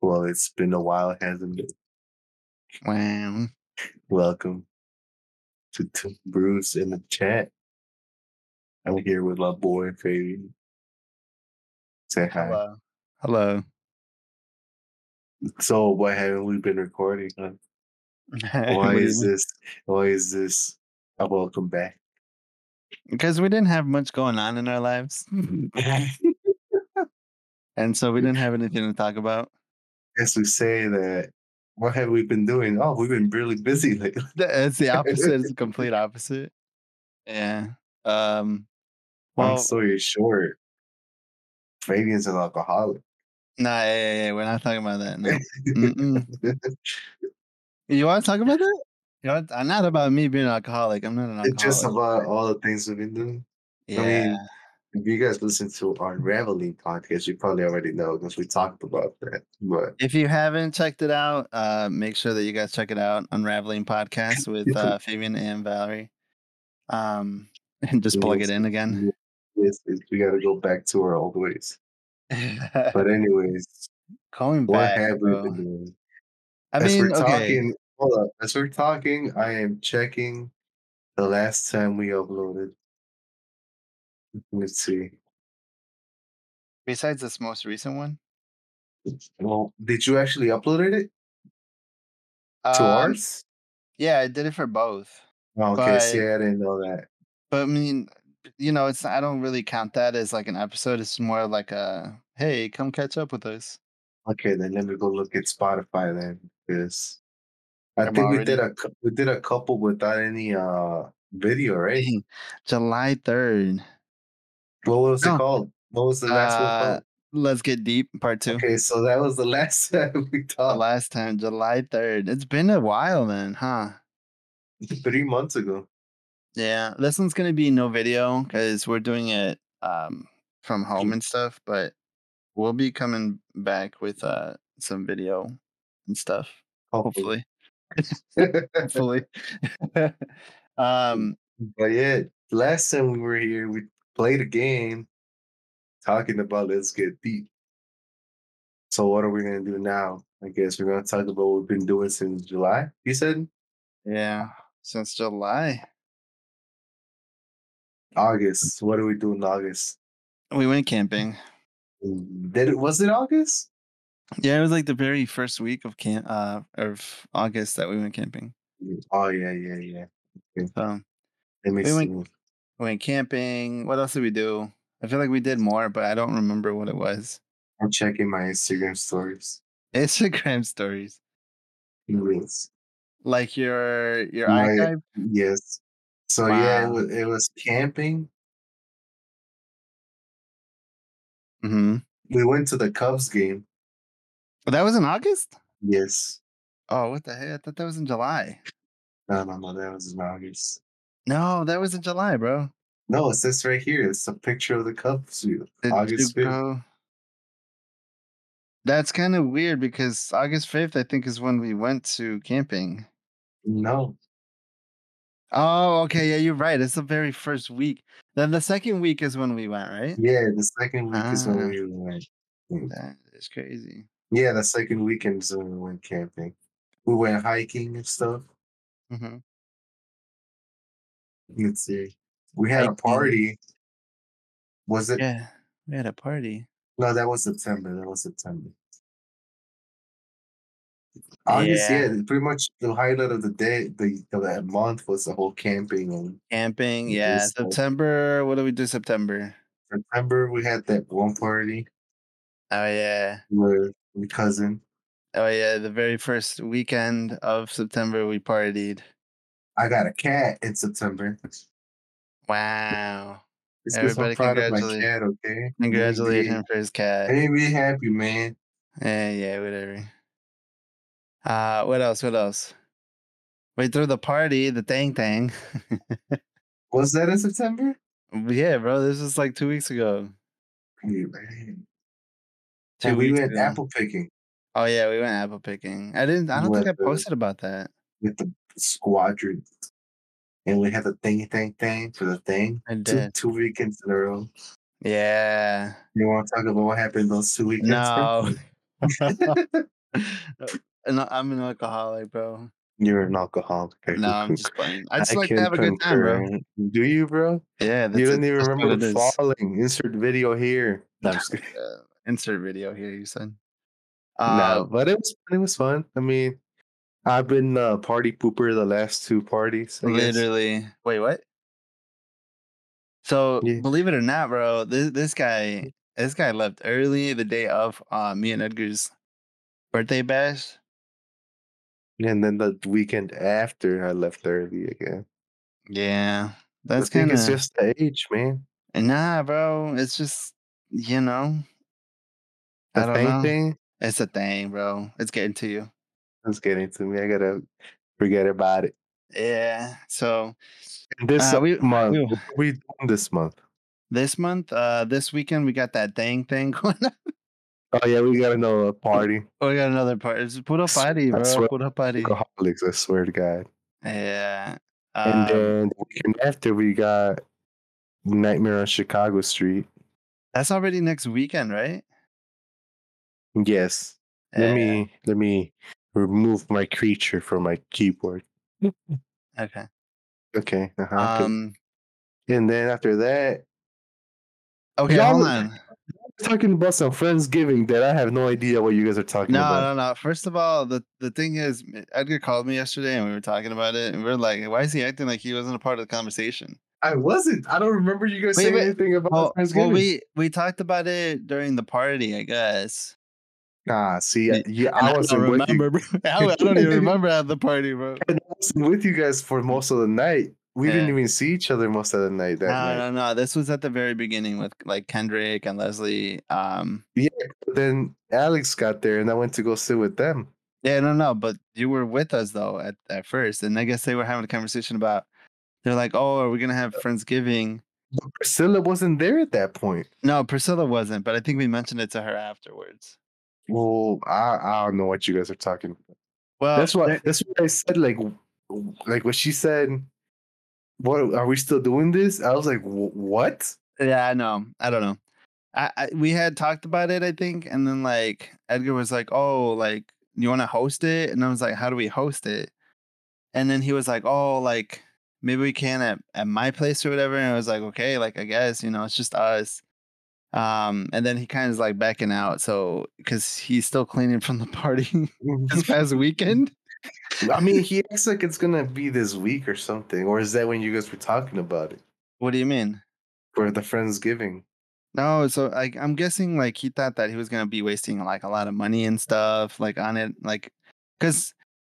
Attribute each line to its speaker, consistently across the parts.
Speaker 1: Well, it's been a while, hasn't it?
Speaker 2: Wow.
Speaker 1: Welcome to Two Brews in the Chat. I'm here with my boy, Fabian. Say hi.
Speaker 3: Hello.
Speaker 2: Hello.
Speaker 1: So, what haven't we been recording? Huh? Why is this? Why is this? A welcome back.
Speaker 2: Because we didn't have much going on in our lives. and so we didn't have anything to talk about.
Speaker 1: As we say that, what have we been doing? Oh, we've been really busy lately.
Speaker 2: It's the opposite, it's the complete opposite. Yeah. Um well
Speaker 1: Long story short, Fabian's an alcoholic.
Speaker 2: nah yeah, yeah, yeah, we're not talking about that. No. Mm-mm. you wanna talk about that? You want, uh, not about me being an alcoholic. I'm not an alcoholic.
Speaker 1: It's just about all the things we've been doing.
Speaker 2: yeah.
Speaker 1: mean, If you guys listen to our Unraveling podcast, you probably already know because we talked about that. But
Speaker 2: if you haven't checked it out, uh, make sure that you guys check it out. Unraveling podcast with uh, Fabian and Valerie. Um, and just plug it in again.
Speaker 1: it's, it's- we got to go back to our old ways. But anyways,
Speaker 2: Coming
Speaker 1: what
Speaker 2: back.
Speaker 1: have we
Speaker 2: bro.
Speaker 1: been doing?
Speaker 2: I
Speaker 1: As
Speaker 2: mean,
Speaker 1: we're
Speaker 2: okay.
Speaker 1: talking, hold up. As we're talking, I am checking the last time we uploaded. Let's see.
Speaker 2: Besides this most recent one,
Speaker 1: Well, did you actually uploaded it to
Speaker 2: Um,
Speaker 1: ours? Oh,
Speaker 2: Yeah, I did it for both.
Speaker 1: Okay,
Speaker 2: but-
Speaker 1: see, I didn't know that.
Speaker 2: But I mean, you know, it's I don't really count that as like an episode. It's more like a hey, come catch up with us.
Speaker 1: Okay, then let me go look at Spotify then, because I
Speaker 2: I'm
Speaker 1: think we did a cou- we did a couple without any uh video, right?
Speaker 2: July third.
Speaker 1: What was
Speaker 2: No.
Speaker 1: it called? What was the last one
Speaker 2: Uh,
Speaker 1: called?
Speaker 2: Let's get deep, part two.
Speaker 1: Okay, so that was the last time we
Speaker 2: The
Speaker 1: talked
Speaker 2: last time, July 3rd. It's been a while, man, huh?
Speaker 1: three months ago.
Speaker 2: Yeah, this one's gonna be no video because we're doing it um from home and stuff, but we'll be coming back with uh some video and stuff,
Speaker 1: Hopefully.
Speaker 2: hopefully. Hopefully. um
Speaker 1: But yeah, last time we were here, we played a game talking about let's get deep. So what are we gonna do now? I guess we're gonna talk about what we've been doing since July. You said
Speaker 2: yeah, since July.
Speaker 1: August. What do we do in August?
Speaker 2: We went camping.
Speaker 1: Did it was it August?
Speaker 2: Yeah, it was like the very first week of camp uh of August that we went camping.
Speaker 1: Oh yeah, yeah, yeah.
Speaker 2: So
Speaker 1: Let me
Speaker 2: We
Speaker 1: see.
Speaker 2: went- we went camping. What else did we do? I feel like we did more, but I don't remember what it was.
Speaker 1: I'm checking my Instagram stories.
Speaker 2: Instagram stories.
Speaker 1: Yes.
Speaker 2: like your your
Speaker 1: My-
Speaker 2: archive.
Speaker 1: Yes. So yeah, it
Speaker 2: Wow.
Speaker 1: was, it was camping.
Speaker 2: Mm-hmm.
Speaker 1: We went to the Cubs game.
Speaker 2: That was in August.
Speaker 1: Yes.
Speaker 2: Oh, what the heck? I thought that was in July.
Speaker 1: No, no, no, that was in August.
Speaker 2: No, that was in July, bro.
Speaker 1: No, it's this right here. It's a picture of the Cubs. you-
Speaker 2: Did
Speaker 1: August
Speaker 2: you
Speaker 1: 5th.
Speaker 2: go- That's kind of weird because August fifth, I think, is when we went to camping.
Speaker 1: No.
Speaker 2: Oh, okay, yeah, you're right. It's the very first week. Then the second week is when we went, right?
Speaker 1: Yeah, the second week is
Speaker 2: Ah.
Speaker 1: when we went.
Speaker 2: That is crazy.
Speaker 1: Yeah, the second weekend is when we went camping. We went hiking and stuff.
Speaker 2: hmm
Speaker 1: Let's see. We had a
Speaker 2: Hiking.
Speaker 1: party. Was it?
Speaker 2: Yeah, we had a party.
Speaker 1: No, that was September. That was September. August, yeah.
Speaker 2: Yeah.
Speaker 1: pretty much the highlight of the day, the of that month was the whole camping. And
Speaker 2: Camping,
Speaker 1: It
Speaker 2: yeah.
Speaker 1: was, uh,
Speaker 2: September. What do we do? September.
Speaker 1: September, we had that one party
Speaker 2: Oh yeah.
Speaker 1: with my cousin.
Speaker 2: Oh yeah, the very first weekend of September we partied.
Speaker 1: I got a cat in September.
Speaker 2: Wow.
Speaker 1: It's because I'm
Speaker 2: Everybody
Speaker 1: proud of my
Speaker 2: congratulate-
Speaker 1: cat, okay?
Speaker 2: Congratulate
Speaker 1: I
Speaker 2: him for his cat.
Speaker 1: made me happy, man.
Speaker 2: Yeah, yeah, whatever. Uh what else? What else? We threw the party, the thang thang.
Speaker 1: Was that in September?
Speaker 2: yeah, bro, this was like two weeks ago.
Speaker 1: Yeah, man.
Speaker 2: Two
Speaker 1: and we
Speaker 2: weeks
Speaker 1: went
Speaker 2: ago.
Speaker 1: apple picking
Speaker 2: Oh yeah, we went apple picking. I didn't I don't think
Speaker 1: What
Speaker 2: I
Speaker 1: the-
Speaker 2: posted about that.
Speaker 1: with the squadron. And we had the thing, thing, thing for the thing.
Speaker 2: I
Speaker 1: Two,
Speaker 2: did.
Speaker 1: two weekends in a row.
Speaker 2: Yeah.
Speaker 1: You want to talk about what happened those two weekends?
Speaker 2: No. and I- I'm an alcoholic, bro.
Speaker 1: You're an alcoholic. I
Speaker 2: No,
Speaker 1: can
Speaker 2: I'm
Speaker 1: con-
Speaker 2: just playing. I just like
Speaker 1: can
Speaker 2: to have a good time, bro.
Speaker 1: concur. Do you, bro?
Speaker 2: Yeah,
Speaker 1: you
Speaker 2: that's
Speaker 1: don't
Speaker 2: it.
Speaker 1: even
Speaker 2: That's what
Speaker 1: remember
Speaker 2: it is.
Speaker 1: falling. Insert video here. No, I'm just kidding.
Speaker 2: Uh, insert video here. You said.
Speaker 1: no,
Speaker 2: Uh,
Speaker 1: but it was it was fun. I mean, I've been uh, party pooper the last two parties. I guess.
Speaker 2: literally. Wait, what? So
Speaker 1: Yeah.
Speaker 2: believe it or not, bro, this this guy this guy left early the day of uh, me and Edgar's birthday bash.
Speaker 1: And then the weekend after, I left early again.
Speaker 2: Yeah,
Speaker 1: I
Speaker 2: that's
Speaker 1: think
Speaker 2: kind
Speaker 1: it's
Speaker 2: of
Speaker 1: just the age, man.
Speaker 2: nah, bro. It's just you know, I
Speaker 1: The
Speaker 2: don't
Speaker 1: thing
Speaker 2: know.
Speaker 1: thing
Speaker 2: It's a thing, bro. It's getting to you.
Speaker 1: is getting to me. I gotta forget about it.
Speaker 2: Yeah. So
Speaker 1: And this
Speaker 2: Uh, we-
Speaker 1: month,
Speaker 2: we-
Speaker 1: what are we doing this month?
Speaker 2: this month, uh, this weekend, we got that dang thing going. on.
Speaker 1: Oh yeah, we got another party.
Speaker 2: we got another part. It's Puro
Speaker 1: That's-
Speaker 2: Party, bro.
Speaker 1: that's what-
Speaker 2: Puro Party.
Speaker 1: Alcoholics, I swear to God.
Speaker 2: Yeah.
Speaker 1: And uh,
Speaker 2: Um,
Speaker 1: then the weekend after, we got Nightmare on Chicago Street.
Speaker 2: that's already next weekend, right?
Speaker 1: Yes.
Speaker 2: Yeah,
Speaker 1: Let me let me remove my creature from my keyboard.
Speaker 2: Okay.
Speaker 1: Okay. Uh-huh. okay.
Speaker 2: Um.
Speaker 1: And then after that,
Speaker 2: Okay.
Speaker 1: Y'all-
Speaker 2: Hold on.
Speaker 1: we're talking about some Friendsgiving that I have no idea what you guys are talking
Speaker 2: No,
Speaker 1: about.
Speaker 2: no, no. First of all, the the thing is, Edgar called me yesterday, and we were talking about it, and we are like, "Why is he acting like he wasn't a part of the conversation?"
Speaker 1: I wasn't. I don't remember you guys
Speaker 2: Wait,
Speaker 1: saying
Speaker 2: wait.
Speaker 1: anything about
Speaker 2: Well, well,
Speaker 1: Friendsgiving.
Speaker 2: we we talked about it during the party, I guess.
Speaker 1: Nah, see,
Speaker 2: Yeah,
Speaker 1: I- yeah,
Speaker 2: And
Speaker 1: I wasn't
Speaker 2: don't
Speaker 1: with you.
Speaker 2: remember. Bro. I, I don't even remember at the party, bro.
Speaker 1: I wasn't with you guys for most of the night. We didn't
Speaker 2: Yeah.
Speaker 1: even see each other most of the night that
Speaker 2: No,
Speaker 1: night.
Speaker 2: no, no. This was at the very beginning with like Kendrick and Leslie. Um,
Speaker 1: But then Alex got there, and I went to go sit with them.
Speaker 2: yeah, no, no. But you were with us though at, at first, and I guess they were having a conversation about. They're like, "Oh, are we gonna
Speaker 1: Uh
Speaker 2: have friendsgiving?"
Speaker 1: But Priscilla wasn't there at that point.
Speaker 2: No, Priscilla wasn't, but I think we mentioned it to her afterwards.
Speaker 1: Well, I, I don't know what you guys are talking. About.
Speaker 2: Well,
Speaker 1: that's why.
Speaker 2: there-
Speaker 1: That's what I said. Like, w- like what she said. What are we still doing this? I was like, "Wh- what?
Speaker 2: Yeah, I know. I don't know. I, I we had talked about it, I think, and then like Edgar was like, "Oh, like you want to host it?" And I was like, "How do we host it?" And then he was like, "Oh, like maybe we can at at my place or whatever." And I was like, "Okay, like I guess you know it's just us." Um, and then he kind of is like backing out, so because he's still cleaning from the party this past weekend.
Speaker 1: I mean, he acts like it's gonna be this week or something. Or is that when you guys were talking about it
Speaker 2: What do you mean?
Speaker 1: for the friendsgiving?
Speaker 2: No, so like I'm guessing like he thought that he was gonna be wasting like a lot of money and stuff like on it like because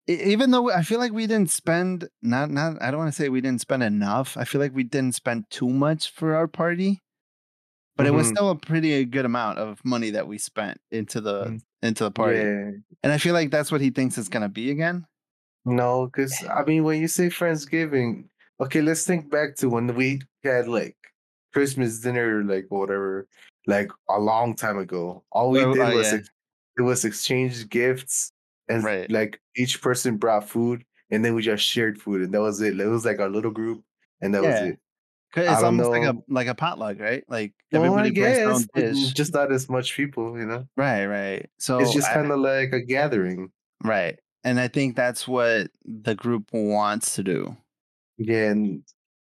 Speaker 2: even though I feel like we didn't spend not not I don't want to say we didn't spend enough I feel like we didn't spend too much for our party but it was
Speaker 1: Mhm.
Speaker 2: still a pretty good amount of money that we spent into the
Speaker 1: Mm.
Speaker 2: into the party
Speaker 1: Yeah.
Speaker 2: and I feel like that's what he thinks it's gonna be again
Speaker 1: No, because I mean, when you say Friendsgiving, okay, let's think back to when we had like Christmas dinner, like whatever, like a long time ago. All we
Speaker 2: Well,
Speaker 1: did
Speaker 2: oh,
Speaker 1: was
Speaker 2: yeah.
Speaker 1: ex- it was exchange gifts, and
Speaker 2: Right.
Speaker 1: like each person brought food, and then we just shared food, and that was it. It was like our little group, and that
Speaker 2: Yeah.
Speaker 1: was it.
Speaker 2: 'Cause
Speaker 1: I
Speaker 2: it's
Speaker 1: don't
Speaker 2: almost like a
Speaker 1: know.
Speaker 2: like a potluck right like
Speaker 1: Well, I
Speaker 2: everybody brings their own
Speaker 1: guess but
Speaker 2: dish
Speaker 1: just not as much people, you know.
Speaker 2: right right so
Speaker 1: it's just
Speaker 2: I-
Speaker 1: kind of like a gathering.
Speaker 2: Right. And I think that's what the group wants to do.
Speaker 1: Yeah, and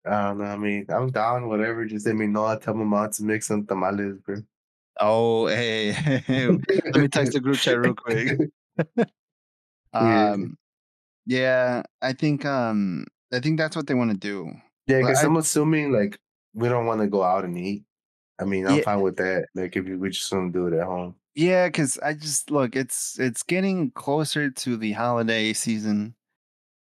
Speaker 1: I don't know. I mean, I'm down, whatever. Just let me know. I tell my mom to make some tamales, bro.
Speaker 2: Oh, hey, let me text the group chat real quick.
Speaker 1: Yeah.
Speaker 2: Um, yeah, I think um, I think that's what they want to do.
Speaker 1: Yeah,
Speaker 2: Well,
Speaker 1: because
Speaker 2: I-
Speaker 1: I'm assuming like we don't want to go out and eat. I mean, I'm
Speaker 2: Yeah.
Speaker 1: fine with that. Like if you- we just want to do it at home.
Speaker 2: Yeah, because I just look, it's it's getting closer to the holiday season.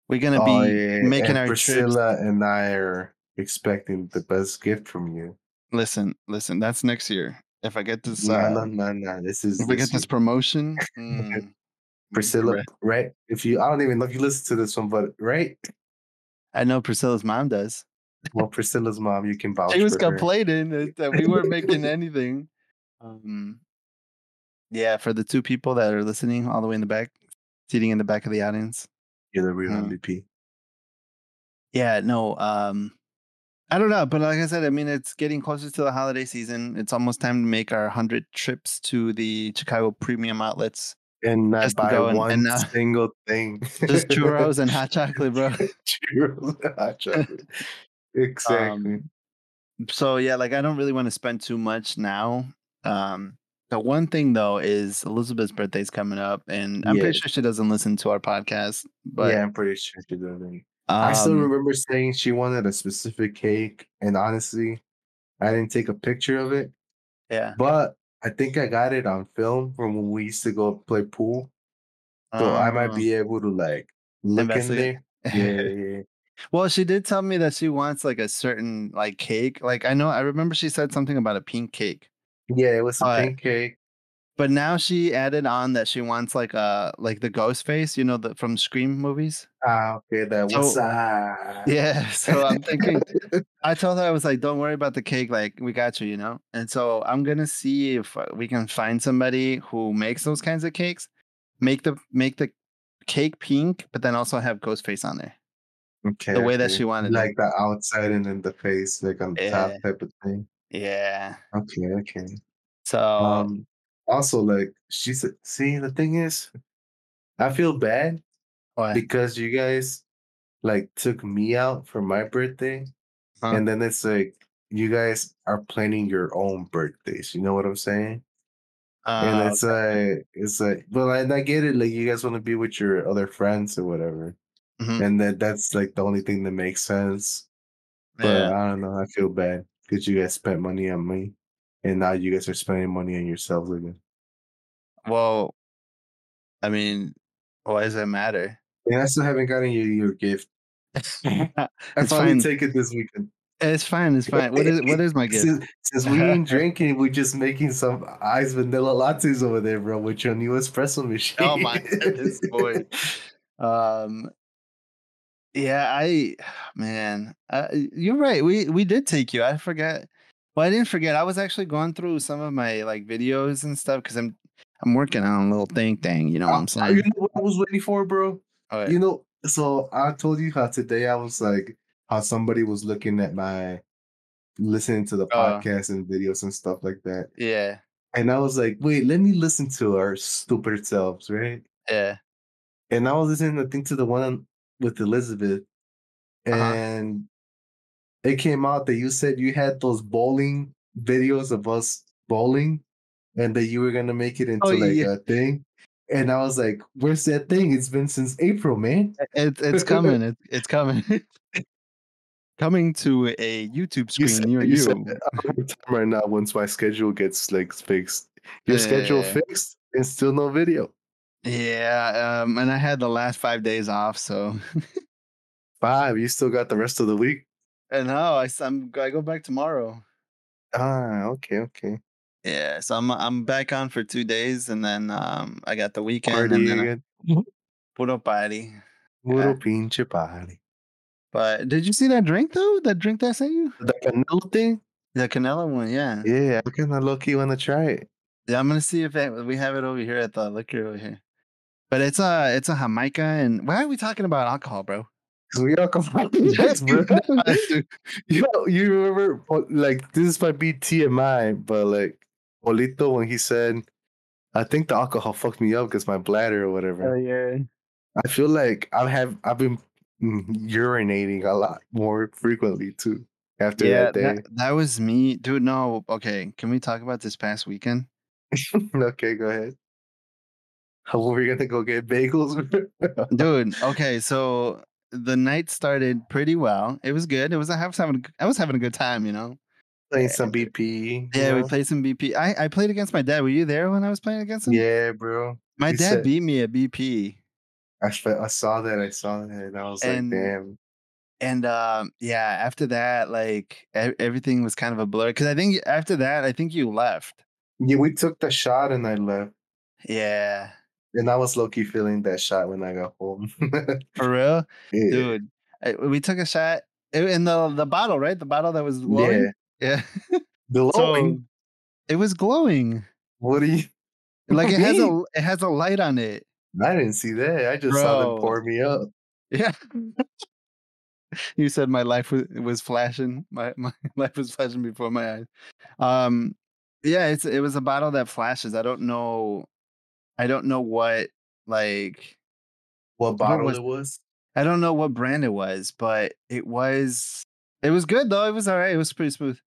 Speaker 2: We're gonna be making
Speaker 1: Oh, and
Speaker 2: our trips.
Speaker 1: Priscilla and I are expecting the best gift from you.
Speaker 2: Listen, listen, that's next year. If I get this,
Speaker 1: No,
Speaker 2: uh,
Speaker 1: no, no, no. This is
Speaker 2: if
Speaker 1: this
Speaker 2: I get this
Speaker 1: year.
Speaker 2: promotion, mm,
Speaker 1: Priscilla, right? If you, I don't even know if you listen to this one, but right?
Speaker 2: I know Priscilla's mom does.
Speaker 1: Well, Priscilla's mom, you can vouch
Speaker 2: she was
Speaker 1: for her.
Speaker 2: complaining that, that we weren't making anything. Um, yeah, for the two people that are listening all the way in the back, seating in the back of the audience.
Speaker 1: You're the real
Speaker 2: Mm.
Speaker 1: MVP.
Speaker 2: Yeah, no. Um, I don't know, but like I said, I mean, it's getting closer to the holiday season. It's almost time to make our hundred trips to the Chicago premium outlets.
Speaker 1: and not
Speaker 2: Just to
Speaker 1: buy
Speaker 2: go and-
Speaker 1: one
Speaker 2: and not-
Speaker 1: single thing.
Speaker 2: Just churros and hot chocolate, bro.
Speaker 1: churros and hot chocolate. Exactly.
Speaker 2: Um, so yeah, like I don't really want to spend too much now. Um, the one thing though is Elizabeth's birthday's coming up, and I'm
Speaker 1: Yeah.
Speaker 2: pretty sure she doesn't listen to our podcast. But
Speaker 1: yeah, I'm pretty sure she doesn't.
Speaker 2: um,
Speaker 1: I still remember saying she wanted a specific cake, and honestly, I didn't take a picture of it,
Speaker 2: Yeah.
Speaker 1: but I think I got it on film from when we used to go play pool. So I might
Speaker 2: Um,
Speaker 1: be able to like look in
Speaker 2: Investigate.
Speaker 1: there. Yeah, yeah,
Speaker 2: well, she did tell me that she wants like a certain like cake. Like I know I remember she said something about a pink cake.
Speaker 1: yeah. It was a
Speaker 2: All right.
Speaker 1: pink cake.
Speaker 2: But now she added on that she wants like uh like the ghost face, you know, the from Scream movies.
Speaker 1: Ah, okay. That
Speaker 2: So-
Speaker 1: was ah.
Speaker 2: Yeah. So I'm thinking I told her I was like, "Don't worry about the cake. Like, we got you, you know." And so I'm gonna see if uh, we can find somebody who makes those kinds of cakes, make the make the cake pink, but then also have Ghostface on there.
Speaker 1: okay,
Speaker 2: the way that
Speaker 1: okay.
Speaker 2: she wanted it.
Speaker 1: like the outside and then the face, like on the top
Speaker 2: Yeah.
Speaker 1: type of thing.
Speaker 2: Yeah.
Speaker 1: Okay, okay.
Speaker 2: So
Speaker 1: Um, also, like she said, see, the thing is, I feel bad
Speaker 2: what?
Speaker 1: because you guys like took me out for my birthday
Speaker 2: Huh.
Speaker 1: and then it's like you guys are planning your own birthdays you know what i'm saying
Speaker 2: Uh,
Speaker 1: and it's like it's like well and i get it like you guys want to be with your other friends or whatever
Speaker 2: mhm,
Speaker 1: and that that's like the only thing that makes sense but
Speaker 2: yeah.
Speaker 1: i don't know i feel bad because you guys spent money on me and now you guys are spending money on yourselves again
Speaker 2: Well, I mean, why does it matter?
Speaker 1: and i still haven't gotten you your gift i
Speaker 2: It's
Speaker 1: finally
Speaker 2: fine.
Speaker 1: take it this weekend
Speaker 2: It's fine. It's fine. What is what is my gift?
Speaker 1: Since, since we ain't drinking, we're just making some ice vanilla lattes over there, bro, with your new espresso machine.
Speaker 2: Oh my goodness, boy. Um, yeah, I, man, uh, you're right. We we did take you. I forgot. Well, I didn't forget. I was actually going through some of my like videos and stuff because I'm I'm working on a little thing thing. You know what I'm
Speaker 1: Uh, You
Speaker 2: saying?
Speaker 1: know what I was waiting for, bro?
Speaker 2: Alright.
Speaker 1: You know, so I told you how today I was like, how somebody was looking at my, listening to the
Speaker 2: Uh.
Speaker 1: podcast and videos and stuff like that.
Speaker 2: yeah,
Speaker 1: And I was like, wait, let me listen to our stupid selves, right?
Speaker 2: yeah.
Speaker 1: and I was listening, I think, to the one with Elizabeth,
Speaker 2: Uh-huh.
Speaker 1: and it came out that you said you had those bowling videos of us bowling, and that you were gonna make it into
Speaker 2: Oh,
Speaker 1: like
Speaker 2: yeah.
Speaker 1: a thing. And I was like, "Where's that thing? It's been since April, man."
Speaker 2: It, eh,
Speaker 1: eh,
Speaker 2: it's coming. It, it's coming. coming to a YouTube
Speaker 1: You
Speaker 2: screen
Speaker 1: said-
Speaker 2: near
Speaker 1: you
Speaker 2: you.
Speaker 1: said that Every time Right now, once my schedule gets like fixed, your schedule
Speaker 2: Yeah.
Speaker 1: fixed, and still no video. oh.
Speaker 2: Yeah, um, and I had the last five days off, so
Speaker 1: Five, you still got the rest of the week.
Speaker 2: and now I s- I'm I go back tomorrow.
Speaker 1: Ah, okay, okay.
Speaker 2: Yeah, so I'm I'm back on for two days, and then um I got the weekend
Speaker 1: Party eh,
Speaker 2: and then
Speaker 1: again.
Speaker 2: a puro party.
Speaker 1: Little pinche party.
Speaker 2: But did you see that drink though? That drink that I sent you?
Speaker 1: The Canelo thing?
Speaker 2: The Canelo one, yeah. yeah.
Speaker 1: Yeah, I kind of low key want to try it.
Speaker 2: I'm gonna see if it, we have it over here at the liquor over here. But it's a it's a Jamaica, and why are we talking about alcohol, bro?
Speaker 1: Cause we all come from this, bro. Yo, you remember, po- like, this might be TMI, but like, Polito, when he said, I think the alcohol fucked me up because my bladder or whatever.
Speaker 2: Oh, yeah.
Speaker 1: I feel like I have, I've been mm, urinating a lot more frequently too after
Speaker 2: Yeah,
Speaker 1: that day.
Speaker 2: that, that was me, dude. No, okay. Can we talk about this past weekend?
Speaker 1: okay, go ahead. How were we gonna go get bagels? bro?
Speaker 2: dude okay so the night started pretty well it was good it was i was having a g- i was having a good time you know
Speaker 1: Playing some BP. you
Speaker 2: yeah we
Speaker 1: know?
Speaker 2: played some bp i i played against my dad were you there when i was playing against him
Speaker 1: Yeah, bro.
Speaker 2: my
Speaker 1: he
Speaker 2: dad
Speaker 1: said-
Speaker 2: beat me at bp
Speaker 1: I, fe- I saw that. I saw that. And I was
Speaker 2: And-
Speaker 1: like, damn.
Speaker 2: and um yeah after that like e- everything was kind of a blur because i think after that i think you left
Speaker 1: Yeah, we took the shot and I left.
Speaker 2: yeah
Speaker 1: And I was low key feeling that shot when I got home.
Speaker 2: for real
Speaker 1: Yeah.
Speaker 2: dude I, we took a shot i- in the the bottle right the bottle that was glowing yeah,
Speaker 1: Glowing.
Speaker 2: so it was glowing
Speaker 1: what do you?
Speaker 2: like it has
Speaker 1: Me?
Speaker 2: a it has a light on it
Speaker 1: I didn't see that. I just saw them
Speaker 2: Bro.
Speaker 1: pour me up.
Speaker 2: yeah you said my life was was flashing. My my life was flashing before my eyes. Um, yeah, it's it was a bottle that flashes. I don't know, I don't know what like
Speaker 1: What bottle
Speaker 2: was-
Speaker 1: it was?
Speaker 2: I don't know what brand it was, but it was it was good though. It was all right. It was pretty smooth.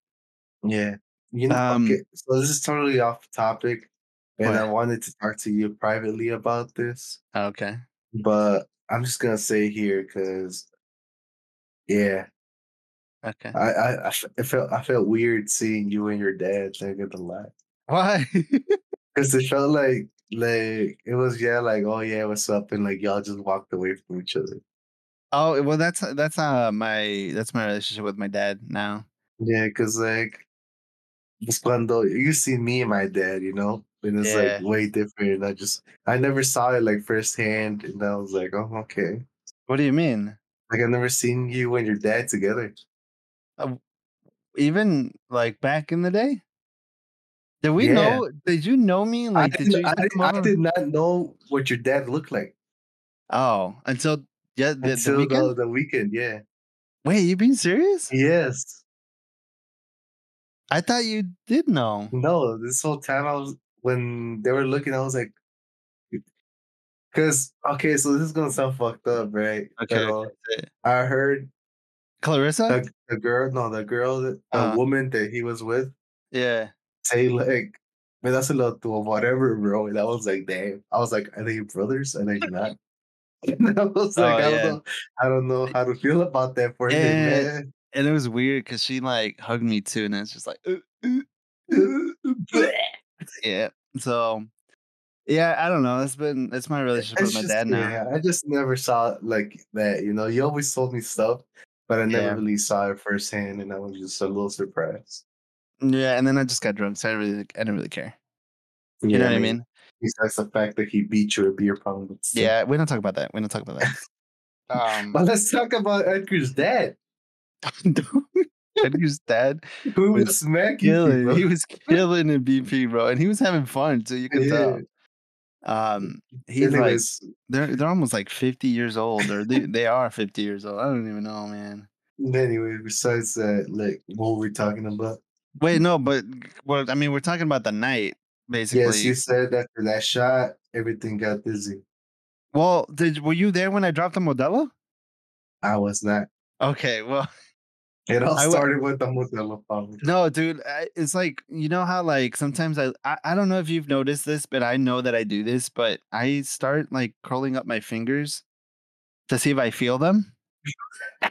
Speaker 1: Yeah. You know,
Speaker 2: Um,
Speaker 1: okay, so this is totally off topic, and I
Speaker 2: What?
Speaker 1: wanted to talk to you privately about this,
Speaker 2: Oh, Okay.
Speaker 1: but I'm just gonna say here because, yeah,
Speaker 2: Okay.
Speaker 1: I, I, I f- I felt I felt weird seeing you and your dad thinking a lot
Speaker 2: Why?
Speaker 1: because it felt like like it was yeah like oh yeah what's up and like y'all just walked away from each other.
Speaker 2: oh well, that's that's uh my that's my relationship with my dad now.
Speaker 1: Yeah, because like it's cuando you see me and my dad, you know, and it's
Speaker 2: Yeah.
Speaker 1: like way different. And I just I never saw it like firsthand, and I was like, oh okay,
Speaker 2: What do you mean?
Speaker 1: like I've never seen you and your dad together.
Speaker 2: Uh, even like back in the day, did we
Speaker 1: Yeah.
Speaker 2: know? Did you know me?
Speaker 1: I
Speaker 2: Like, did
Speaker 1: didn't,
Speaker 2: you
Speaker 1: I,
Speaker 2: used to
Speaker 1: didn't,
Speaker 2: come
Speaker 1: I
Speaker 2: over?
Speaker 1: did not know what your dad looked like
Speaker 2: Oh, until yeah, the, the
Speaker 1: until
Speaker 2: weekend.
Speaker 1: the, the weekend. Yeah.
Speaker 2: Wait, you being serious?
Speaker 1: Yes.
Speaker 2: I thought you did know.
Speaker 1: No, this whole time I was when they were looking, I was like, because okay, so this is gonna sound fucked up, right?
Speaker 2: Okay,
Speaker 1: But, uh,
Speaker 2: okay, say it.
Speaker 1: I heard
Speaker 2: Clarissa.
Speaker 1: the, the girl, no, the girl, that- the
Speaker 2: Uh-huh.
Speaker 1: woman that he was with,
Speaker 2: yeah.
Speaker 1: say like, man, that's a lot to whatever, bro. And I was like, damn. I was like, are they brothers? Are they not? And I was like,
Speaker 2: Oh
Speaker 1: I don't
Speaker 2: yeah. Eh.
Speaker 1: know, I don't know how to feel about that for you,
Speaker 2: And
Speaker 1: man.
Speaker 2: and it was weird because she like hugged me too, and it's just like, "Uh, uh, uh, uh," yeah. So yeah, I don't know. That's been that's my relationship with
Speaker 1: It's
Speaker 2: my
Speaker 1: just
Speaker 2: dad now.
Speaker 1: yeah, I just never saw it like that. You know, you always sold me stuff, but I never
Speaker 2: Yeah,
Speaker 1: really saw it firsthand, and I was just a little surprised.
Speaker 2: yeah. And then I just got drunk, so I really I didn't really care. You
Speaker 1: Yeah,
Speaker 2: know
Speaker 1: I
Speaker 2: what I
Speaker 1: mean,
Speaker 2: mean?
Speaker 1: besides the fact that he beat you at beer pong, but still.
Speaker 2: Yeah, we don't talk about that. We don't talk about that. Um,
Speaker 1: But let's talk about Edgar's dad.
Speaker 2: Edgar's dad
Speaker 1: Who
Speaker 2: was
Speaker 1: was smacking
Speaker 2: killing.
Speaker 1: people?
Speaker 2: He was killing in BP, bro, and he was having fun, so you could
Speaker 1: Yeah.
Speaker 2: tell. Um, he's like
Speaker 1: Anyways,
Speaker 2: they're they're almost like fifty years old, or they they are fifty years old. I don't even know, man.
Speaker 1: anyway, besides that, like what were we talking about?
Speaker 2: Wait, no, but well, I mean, we're talking about the night,
Speaker 1: Yes, you
Speaker 2: basically.
Speaker 1: said after that shot, everything got dizzy.
Speaker 2: Well, did were you there when I dropped the Modelo?
Speaker 1: I was not.
Speaker 2: Okay, well,
Speaker 1: It all
Speaker 2: I wa-
Speaker 1: started with the Modelo problem.
Speaker 2: No, dude, I, it's like you know how like sometimes I, I I don't know if you've noticed this, but I know that I do this, but I start like curling up my fingers to see if I feel them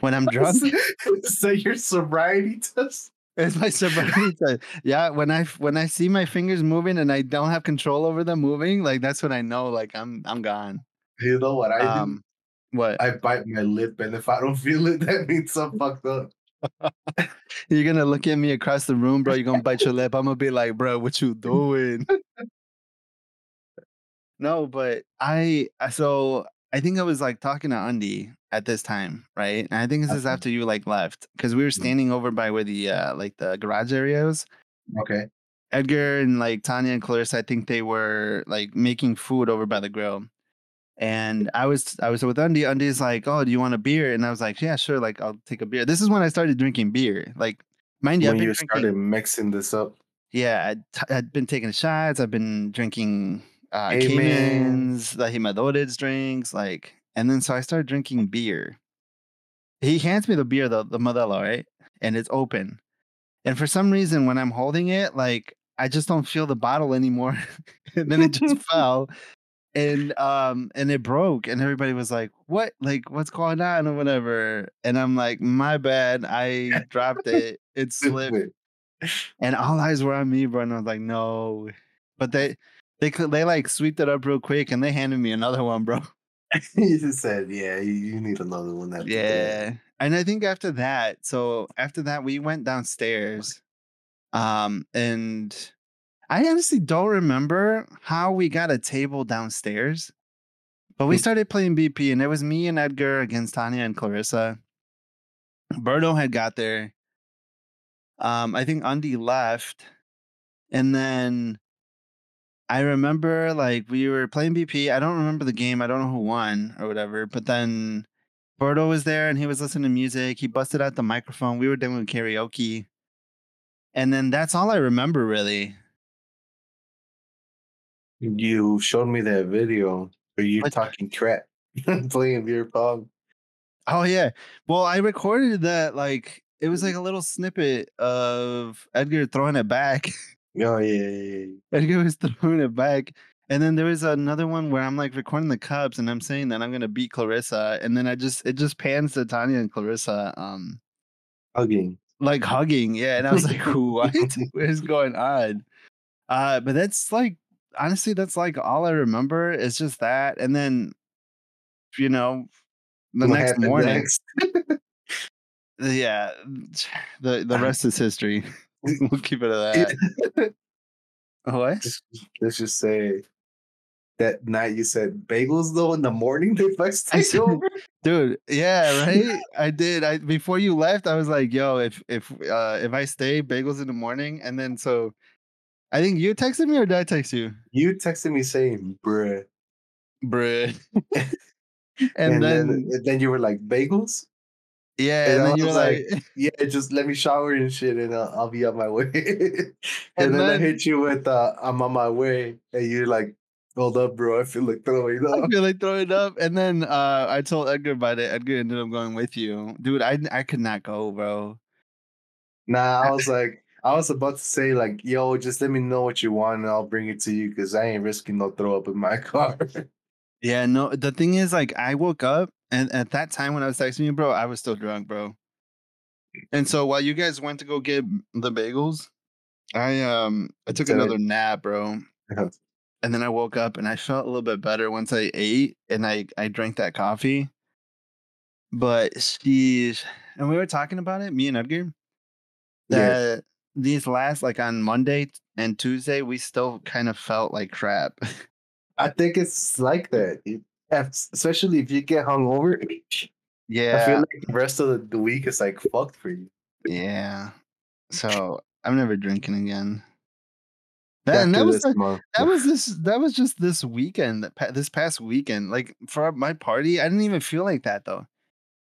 Speaker 2: when I'm drunk.
Speaker 1: so your sobriety test?
Speaker 2: It's my sobriety test. Yeah, when I f- when I see my fingers moving and I don't have control over them moving, like that's when I know like I'm I'm gone.
Speaker 1: You know what I do?
Speaker 2: Um, what
Speaker 1: I bite my lip, and if I don't feel it, that means I'm fucked up.
Speaker 2: you're gonna look at me across the room, bro? You're gonna bite your lip. I'm gonna be like, bro, what you doing? No, but I I- so I think I was like talking to Undy at this time, right? And I think this is
Speaker 1: Okay.
Speaker 2: after you like left because we were
Speaker 1: Mm.
Speaker 2: standing over by where the uh like the garage area was.
Speaker 1: Okay.
Speaker 2: Edgar and like Tanya and Clarissa, I think they were like making food over by the grill. And I was I was with Undy. Undy's like, "Oh, do you want a beer?" And I was like, "Yeah, sure. Like, I'll take a beer." This is when I started drinking beer. Like, mind you, I've
Speaker 1: When
Speaker 2: been
Speaker 1: you started
Speaker 2: drinking.
Speaker 1: mixing this up,
Speaker 2: Yeah, I'd, t- I'd been taking shots. I've been drinking uh,
Speaker 1: hey man,
Speaker 2: Caymans, the Himadores drinks, like, and then so I started drinking beer. He hands me the beer, the, the Modelo, right? And it's open. And for some reason, when I'm holding it, like, I just don't feel the bottle anymore. and then it just fell and um and it broke and everybody was like what like what's going on or whatever and i'm like my bad i dropped it it slipped
Speaker 1: Wait,
Speaker 2: and all eyes were on me, bro. And I was like, no. But they they cou- they like sweeped it up real quick and they handed me another one, bro.
Speaker 1: you just said, yeah, you, you need another one after that.
Speaker 2: Yeah. And I think after that, so after that we went downstairs. Um and I honestly don't remember how we got a table downstairs, but we started playing BP and it was me and Edgar against Tanya and Clarissa. Berto had got there. Um, I think Andy left. And then I remember like we were playing BP. I don't remember the game. I don't know who won or whatever. But then Berto was there and he was listening to music. He busted out the microphone. We were doing karaoke. And then that's all I remember really.
Speaker 1: You showed me that video where you
Speaker 2: What?
Speaker 1: talking crap, playing beer pong.
Speaker 2: Oh yeah. Well, I recorded that like it was like a little snippet of Edgar throwing it back.
Speaker 1: Oh yeah, yeah, yeah.
Speaker 2: Edgar was throwing it back. And then there was another one where I'm like recording the Cubs and I'm saying that I'm gonna beat Clarissa. And then I just it just pans to Tanya and Clarissa um
Speaker 1: hugging.
Speaker 2: like hugging. Yeah. And I was like, what is going on? Uh but that's like honestly, that's like all I remember. It's just that. And then you know, the
Speaker 1: What
Speaker 2: next
Speaker 1: happened
Speaker 2: morning.
Speaker 1: next?
Speaker 2: Yeah, the the rest is history. we'll keep it at that. what?
Speaker 1: Let's just say that night you said bagels though in the morning they first
Speaker 2: I
Speaker 1: take
Speaker 2: said-
Speaker 1: over.
Speaker 2: Dude, yeah, right. I did. I before you left, I was like, "Yo, if if uh if I stay, bagels in the morning." And then so, I think you texted me or did I text you,
Speaker 1: You texted me saying, "Bruh,"
Speaker 2: bruh?
Speaker 1: and, then,
Speaker 2: and, then,
Speaker 1: and then you were like, "Bagels."
Speaker 2: yeah,
Speaker 1: and
Speaker 2: and,
Speaker 1: I
Speaker 2: then you were
Speaker 1: was
Speaker 2: like,
Speaker 1: like, Yeah, just let me shower and shit, and I'll, I'll be on my way. and,
Speaker 2: And
Speaker 1: then, I
Speaker 2: then-
Speaker 1: hit you with, uh, "I'm on my way," and you're like, "Hold up, bro, I feel like throwing
Speaker 2: I
Speaker 1: up."
Speaker 2: feel like throwing up. And then uh I told Edgar about it. Edgar ended up going with you, dude. I I could not go, bro.
Speaker 1: Nah, I was like, I was about to say like, "Yo, just let me know what you want, and I'll bring it to you," because I ain't risking no throw up in my car.
Speaker 2: Yeah, no. The thing is, like, I woke up and at that time when I was texting you, bro, I was still drunk, bro. And so while you guys went to go get m- the bagels, I um I took
Speaker 1: So-
Speaker 2: another nap, bro.
Speaker 1: Uh-huh.
Speaker 2: And then I woke up and I felt a little bit better once I ate and I I drank that coffee. But sheesh, and we were talking about it, me and Edgar,
Speaker 1: Yeah.
Speaker 2: that these last like on Monday and Tuesday we still kind of felt like crap.
Speaker 1: I think it's like that, it- es- especially if you get hungover.
Speaker 2: yeah,
Speaker 1: I feel like the rest of the, the week is like fucked for you.
Speaker 2: Yeah. So I'm never drinking again.
Speaker 1: After
Speaker 2: That, and that was
Speaker 1: this
Speaker 2: the-
Speaker 1: month.
Speaker 2: that was this that was just this weekend that pa- this past weekend like for my party I didn't even feel like that though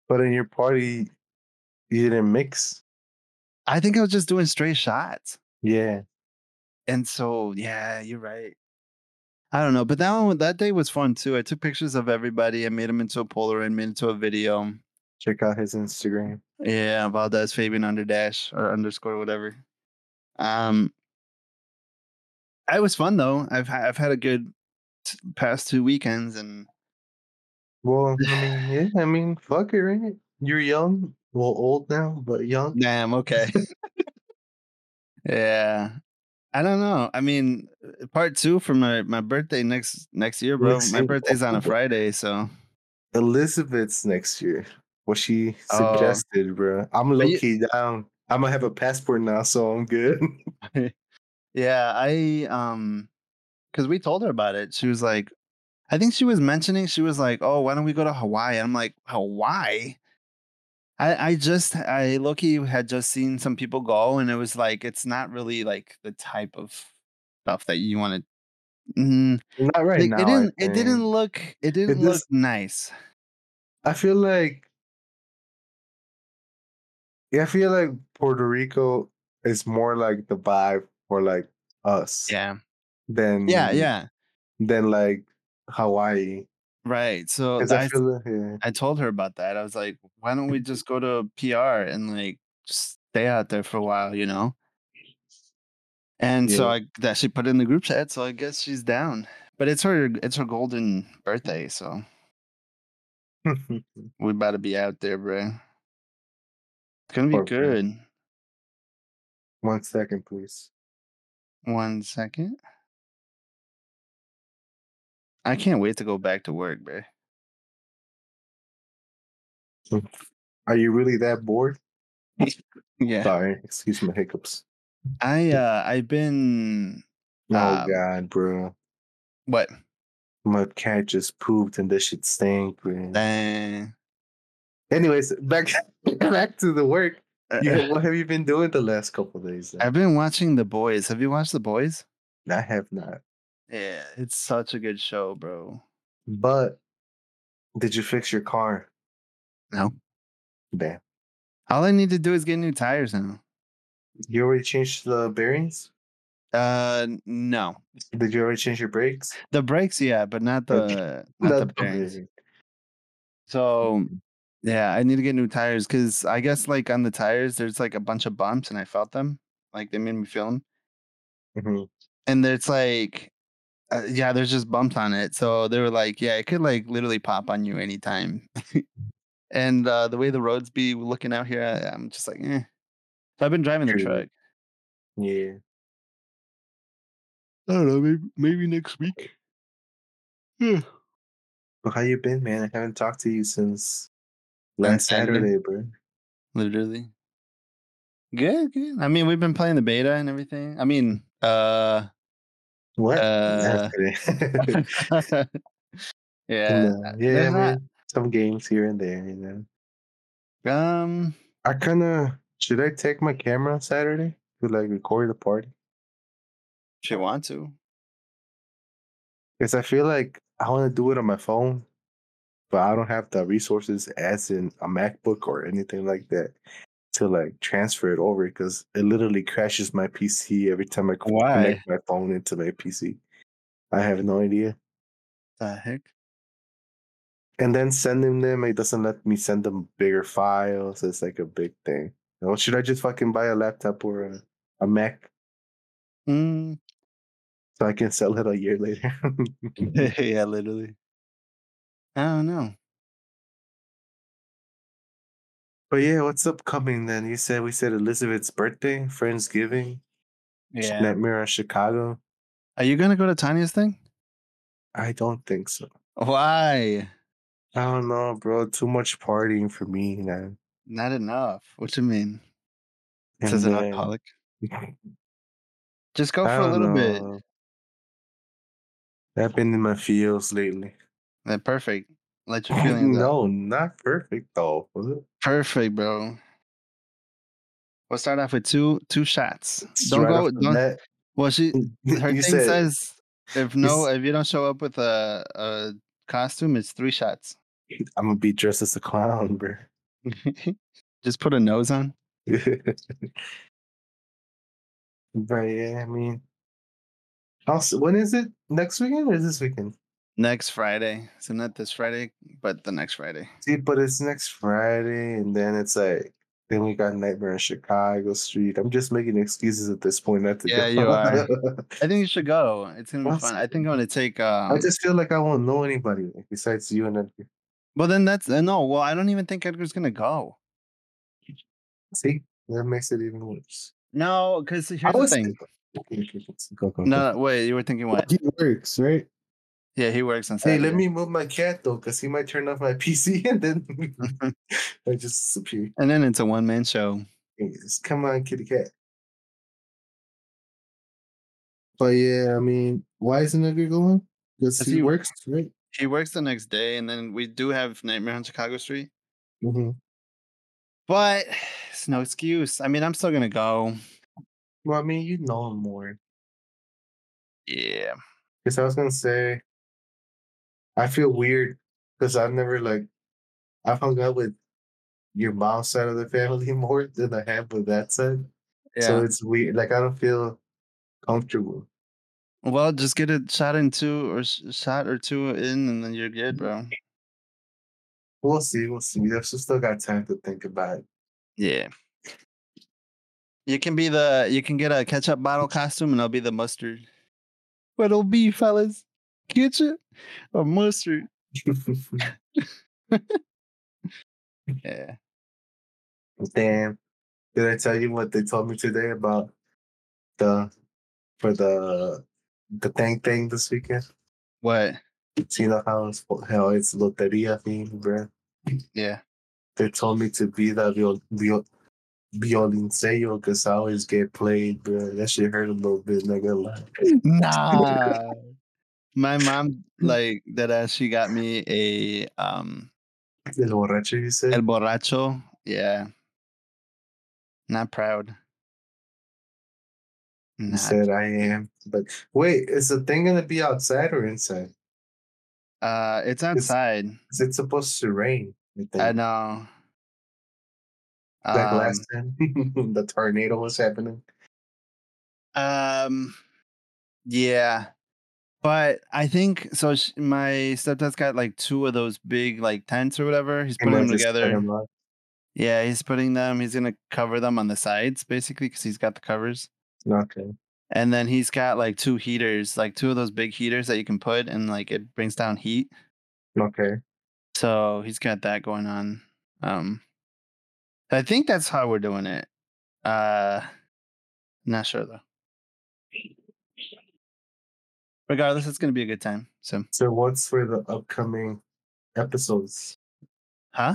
Speaker 1: but in your party, you didn't mix.
Speaker 2: I think I was just doing straight shots
Speaker 1: Yeah.
Speaker 2: and so yeah you're right I don't know but that one that day was fun too I took pictures of everybody I made them into a Polaroid made into a video
Speaker 1: Check out his Instagram.
Speaker 2: Yeah, Valdez Fabian under dash or underscore whatever. Um, I was fun though. I've ha- I've had a good t- past two weekends, and
Speaker 1: Well, I mean, yeah, I mean, fuck it, right? You're young. Well, old now, but young.
Speaker 2: damn, okay. yeah, I don't know. I mean, uh, part two for my my birthday next next year, bro.
Speaker 1: Next
Speaker 2: my
Speaker 1: year.
Speaker 2: birthday's on a Friday, so
Speaker 1: Elizabeth's next year. What she
Speaker 2: Oh.
Speaker 1: suggested, bro. I'm low
Speaker 2: you-
Speaker 1: key down. I'm gonna have a passport now, so I'm good.
Speaker 2: yeah, I um, because we told her about it. She was like, I think she was mentioning she was like, "Oh, why don't we go to Hawaii?" I'm like, "Hawaii." I I just I Loki had just seen some people go, and it was like it's not really like the type of stuff that you want to. Mm,
Speaker 1: Not right
Speaker 2: like,
Speaker 1: now.
Speaker 2: it
Speaker 1: I
Speaker 2: didn't. It
Speaker 1: think.
Speaker 2: didn't look. It didn't look
Speaker 1: just-
Speaker 2: nice.
Speaker 1: I feel like yeah, I feel like Puerto Rico is more like the vibe for like us
Speaker 2: Yeah.
Speaker 1: than
Speaker 2: Yeah. Yeah.
Speaker 1: than like Hawaii.
Speaker 2: Right. So
Speaker 1: 'Cause
Speaker 2: I-
Speaker 1: I feel like, yeah.
Speaker 2: I told her about that. I was like, why don't we just go to PR and like just stay out there for a while, you know? And so
Speaker 1: Yeah.
Speaker 2: I that she put it in the group chat, so I guess she's down. But it's her it's her golden birthday, so we about to be out there, bro. It's gonna be
Speaker 1: Poor thing.
Speaker 2: good.
Speaker 1: One second, please.
Speaker 2: One second. I can't wait to go back to work, bro.
Speaker 1: Are you really that bored?
Speaker 2: Yeah.
Speaker 1: Sorry, excuse my hiccups.
Speaker 2: I uh I've been
Speaker 1: Oh
Speaker 2: Um,
Speaker 1: god, bro.
Speaker 2: what?
Speaker 1: My cat just pooped and this shit stank, man.
Speaker 2: Uh,
Speaker 1: Anyways, back back to the work. You,
Speaker 2: uh,
Speaker 1: ha- what have you been doing the last couple days? then?
Speaker 2: I've been watching The Boys. Have you watched The Boys?
Speaker 1: I have not.
Speaker 2: Yeah, it's such a good show, bro.
Speaker 1: But did you fix your car?
Speaker 2: No.
Speaker 1: Damn.
Speaker 2: All I need to do is get new tires now.
Speaker 1: You already changed the bearings?
Speaker 2: Uh, no.
Speaker 1: Did you already change your brakes?
Speaker 2: The brakes, yeah, but not the not the Mm-hmm. bearings. So yeah, I need to get new tires because I guess like on the tires there's like a bunch of bumps and I felt them. Like they made me feel them,
Speaker 1: Mhm.
Speaker 2: and it's like, uh, yeah, there's just bumps on it. So they were like, yeah, it could like literally pop on you anytime. and uh, the way the roads be looking out here, I, I'm just like, eh. So I've been driving the
Speaker 1: True.
Speaker 2: truck.
Speaker 1: Yeah.
Speaker 2: I don't know, maybe maybe next week. Yeah.
Speaker 1: Well, how you been, man? I haven't talked to you since
Speaker 2: On
Speaker 1: last
Speaker 2: Saturday?
Speaker 1: Saturday, bro.
Speaker 2: literally good good i mean we've been playing the beta and everything i mean uh
Speaker 1: What?
Speaker 2: Uh,
Speaker 1: Saturday.
Speaker 2: yeah
Speaker 1: No, yeah,
Speaker 2: there's
Speaker 1: I
Speaker 2: not-
Speaker 1: mean, some games here and there, you know.
Speaker 2: um
Speaker 1: I kind of should I take my camera on Saturday to like record the party
Speaker 2: if you want to
Speaker 1: because I feel like I want to do it on my phone, but I don't have the resources as in a MacBook or anything like that to like transfer it over because it literally crashes my PC every time I c-
Speaker 2: Why?
Speaker 1: connect my phone into my PC. I have no idea.
Speaker 2: the heck
Speaker 1: And then sending them, it doesn't let me send them bigger files. It's like a big thing. You know, should I just fucking buy a laptop or a, a Mac?
Speaker 2: mm.
Speaker 1: so I can sell it a year later.
Speaker 2: yeah literally i don't know
Speaker 1: but yeah, what's upcoming then? You said we said Elizabeth's birthday, Friendsgiving,
Speaker 2: yeah
Speaker 1: Nightmare on Chicago.
Speaker 2: are you gonna go to tanya's thing
Speaker 1: I don't think so.
Speaker 2: why
Speaker 1: I don't know, bro. Too much partying for me, man.
Speaker 2: not enough what do you mean
Speaker 1: And
Speaker 2: says an
Speaker 1: then-
Speaker 2: alcoholic just go
Speaker 1: I
Speaker 2: for a
Speaker 1: don't
Speaker 2: little bit
Speaker 1: know. I've been in my feels lately.
Speaker 2: yeah, perfect let your feelings out.
Speaker 1: no, not perfect though. was it?
Speaker 2: Perfect, bro. We'll start off with two two shots.
Speaker 1: It's
Speaker 2: don't
Speaker 1: right
Speaker 2: go.
Speaker 1: off the
Speaker 2: Don't.
Speaker 1: bat.
Speaker 2: Well, she her
Speaker 1: you
Speaker 2: thing
Speaker 1: said
Speaker 2: says if no if you don't show up with a a costume, it's three shots.
Speaker 1: I'm gonna be dressed as a clown, bro.
Speaker 2: Just put a nose on.
Speaker 1: but yeah, I mean, also, when is it? Next weekend or is this weekend?
Speaker 2: Next Friday, so not this Friday, but the next Friday.
Speaker 1: See, but it's next Friday, and then it's like, then we got Nightmare on Chicago Street. I'm just making excuses at this point not to
Speaker 2: Yeah,
Speaker 1: go.
Speaker 2: you are. I think you should go. It's gonna be
Speaker 1: Awesome.
Speaker 2: fun. I think I'm gonna take. Um,
Speaker 1: I just feel like I won't know anybody like, besides you and Edgar.
Speaker 2: well, then that's uh, no. Well, I don't even think Edgar's gonna go.
Speaker 1: See, that makes it even worse.
Speaker 2: No, because
Speaker 1: I
Speaker 2: here's the
Speaker 1: was-
Speaker 2: thing.
Speaker 1: Okay, okay, okay, Go, go, go.
Speaker 2: No, wait. You were thinking what?
Speaker 1: He works, right?
Speaker 2: Yeah, he works on
Speaker 1: Hey,
Speaker 2: Saturday.
Speaker 1: let me move my cat though, because he might turn off my PC and then I just disappear.
Speaker 2: And then it's a one man show.
Speaker 1: Yes, Come on, kitty cat. But yeah, I mean, why isn't Edgar going? Because
Speaker 2: 'Cause
Speaker 1: he
Speaker 2: he-
Speaker 1: works, right?
Speaker 2: He works the next day, and then we do have Nightmare on Chicago Street.
Speaker 1: Mm-hmm.
Speaker 2: But it's no excuse. I mean, I'm still gonna go.
Speaker 1: Well, I mean, you know him more.
Speaker 2: Yeah.
Speaker 1: Because I was gonna say, I feel weird because I've never like, I've hung out with your mom's side of the family more than I have with that side. So it's weird. Like I don't feel comfortable.
Speaker 2: well, just get a shot in two or s- shot or two in, and then you're good, bro.
Speaker 1: We'll see. We'll see. I've still got time to think about it.
Speaker 2: Yeah. You can be the you can get a ketchup bottle costume, and I'll be the mustard. What'll be, fellas? Ketchup or mustard? Yeah.
Speaker 1: Damn. Did I tell you what they told me today about the for the the thing thing this weekend?
Speaker 2: What?
Speaker 1: So you know how it's how it's loteria thing, bruh?
Speaker 2: Yeah.
Speaker 1: They told me to be the viol, viol, violincello because I always get played, bruh. That shit hurt a little bit, not gonna lie.
Speaker 2: nah. My mom, like that, ass, she got me a um
Speaker 1: El borracho, you
Speaker 2: El
Speaker 1: said?
Speaker 2: Borracho. Yeah. Not proud.
Speaker 1: You
Speaker 2: Not.
Speaker 1: said I am. But wait, is the thing gonna be outside or inside?
Speaker 2: uh, it's outside.
Speaker 1: Is it supposed to rain? I think.
Speaker 2: I know.
Speaker 1: Like
Speaker 2: Um,
Speaker 1: last time, the tornado was happening.
Speaker 2: Um, yeah, but I think so. Sh- my stepdad's got like two of those big like tents or whatever. He's putting them
Speaker 1: Must have
Speaker 2: together.
Speaker 1: set him up.
Speaker 2: Yeah, he's putting them. He's gonna cover them on the sides basically because he's got the covers.
Speaker 1: Okay.
Speaker 2: And then he's got like two heaters, like two of those big heaters that you can put and like it brings down heat.
Speaker 1: Okay.
Speaker 2: So he's got that going on. Um, I think that's how we're doing it. Uh, not sure though. Regardless, it's gonna be a good time. So,
Speaker 1: So what's for the upcoming episodes?
Speaker 2: huh?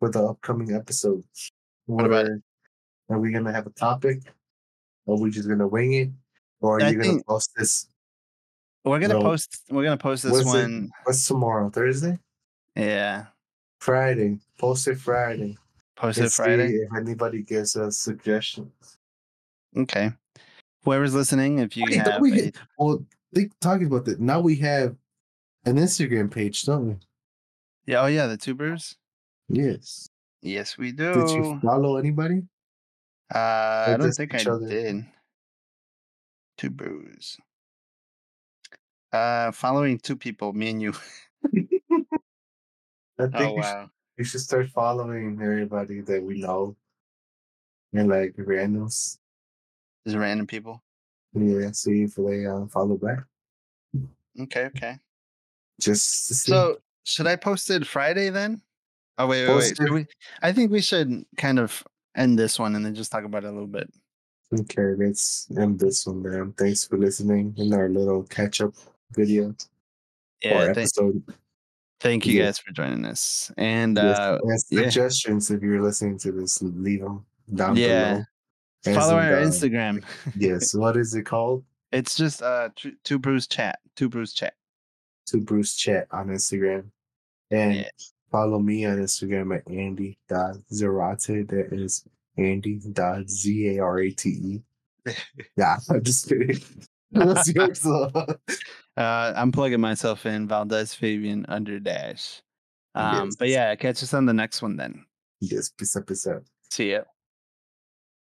Speaker 1: For the upcoming episodes, what,
Speaker 2: about
Speaker 1: are, are we gonna have a topic? Are we just gonna wing it, or are
Speaker 2: I
Speaker 1: you gonna
Speaker 2: think-
Speaker 1: post this?
Speaker 2: We're gonna
Speaker 1: No.
Speaker 2: post. We're gonna post this
Speaker 1: Was it-
Speaker 2: one.
Speaker 1: What's tomorrow? Thursday,
Speaker 2: Yeah,
Speaker 1: Friday. Post it Friday.
Speaker 2: post
Speaker 1: and
Speaker 2: it Friday.
Speaker 1: See if anybody gives us suggestions.
Speaker 2: Okay. Whoever's listening, if you
Speaker 1: Wait, don't
Speaker 2: have,
Speaker 1: we
Speaker 2: a-
Speaker 1: get- Well, think talking about that. Now we have an Instagram page, don't we?
Speaker 2: yeah, oh yeah, the tubers.
Speaker 1: Yes.
Speaker 2: Yes, we do.
Speaker 1: Did you follow anybody?
Speaker 2: uh, I don't
Speaker 1: just
Speaker 2: think
Speaker 1: each
Speaker 2: I
Speaker 1: other?
Speaker 2: did. Tubers. Uh, following two people, me and you.
Speaker 1: I think
Speaker 2: Oh
Speaker 1: you, should,
Speaker 2: wow.
Speaker 1: you should start following everybody that we know and like randoms.
Speaker 2: Just random people.
Speaker 1: Yeah, see if they uh, follow back.
Speaker 2: Okay. Okay.
Speaker 1: Just to see.
Speaker 2: So should I post it Friday then? Oh wait, wait, wait.
Speaker 1: Post it.
Speaker 2: Should we, I think we should kind of end this one and then just talk about it a little bit.
Speaker 1: okay, let's end this one, man. Thanks for listening in our little catch up video or
Speaker 2: Yeah. thank-
Speaker 1: episode.
Speaker 2: Thank you
Speaker 1: Yeah.
Speaker 2: guys for joining us. And
Speaker 1: Yes,
Speaker 2: uh,
Speaker 1: and
Speaker 2: yeah.
Speaker 1: suggestions if you're listening to this, leave them down
Speaker 2: Yeah.
Speaker 1: below. And
Speaker 2: follow
Speaker 1: some,
Speaker 2: our
Speaker 1: uh,
Speaker 2: Instagram.
Speaker 1: Yes, what is it called?
Speaker 2: It's just uh two, two brews chat. Two brews chat.
Speaker 1: To Bruce Chat on Instagram. And
Speaker 2: Yeah.
Speaker 1: follow me on Instagram at Andy.Zarate. That is Andy.Z-A-R-A-T-E. Yeah, E. I'm just kidding. What's yours? uh?
Speaker 2: Uh, I'm plugging myself in Valdez Fabian under dash. Um, but
Speaker 1: Yes.
Speaker 2: yeah, catch us on the next one then.
Speaker 1: yes, peace up, peace up.
Speaker 2: See ya.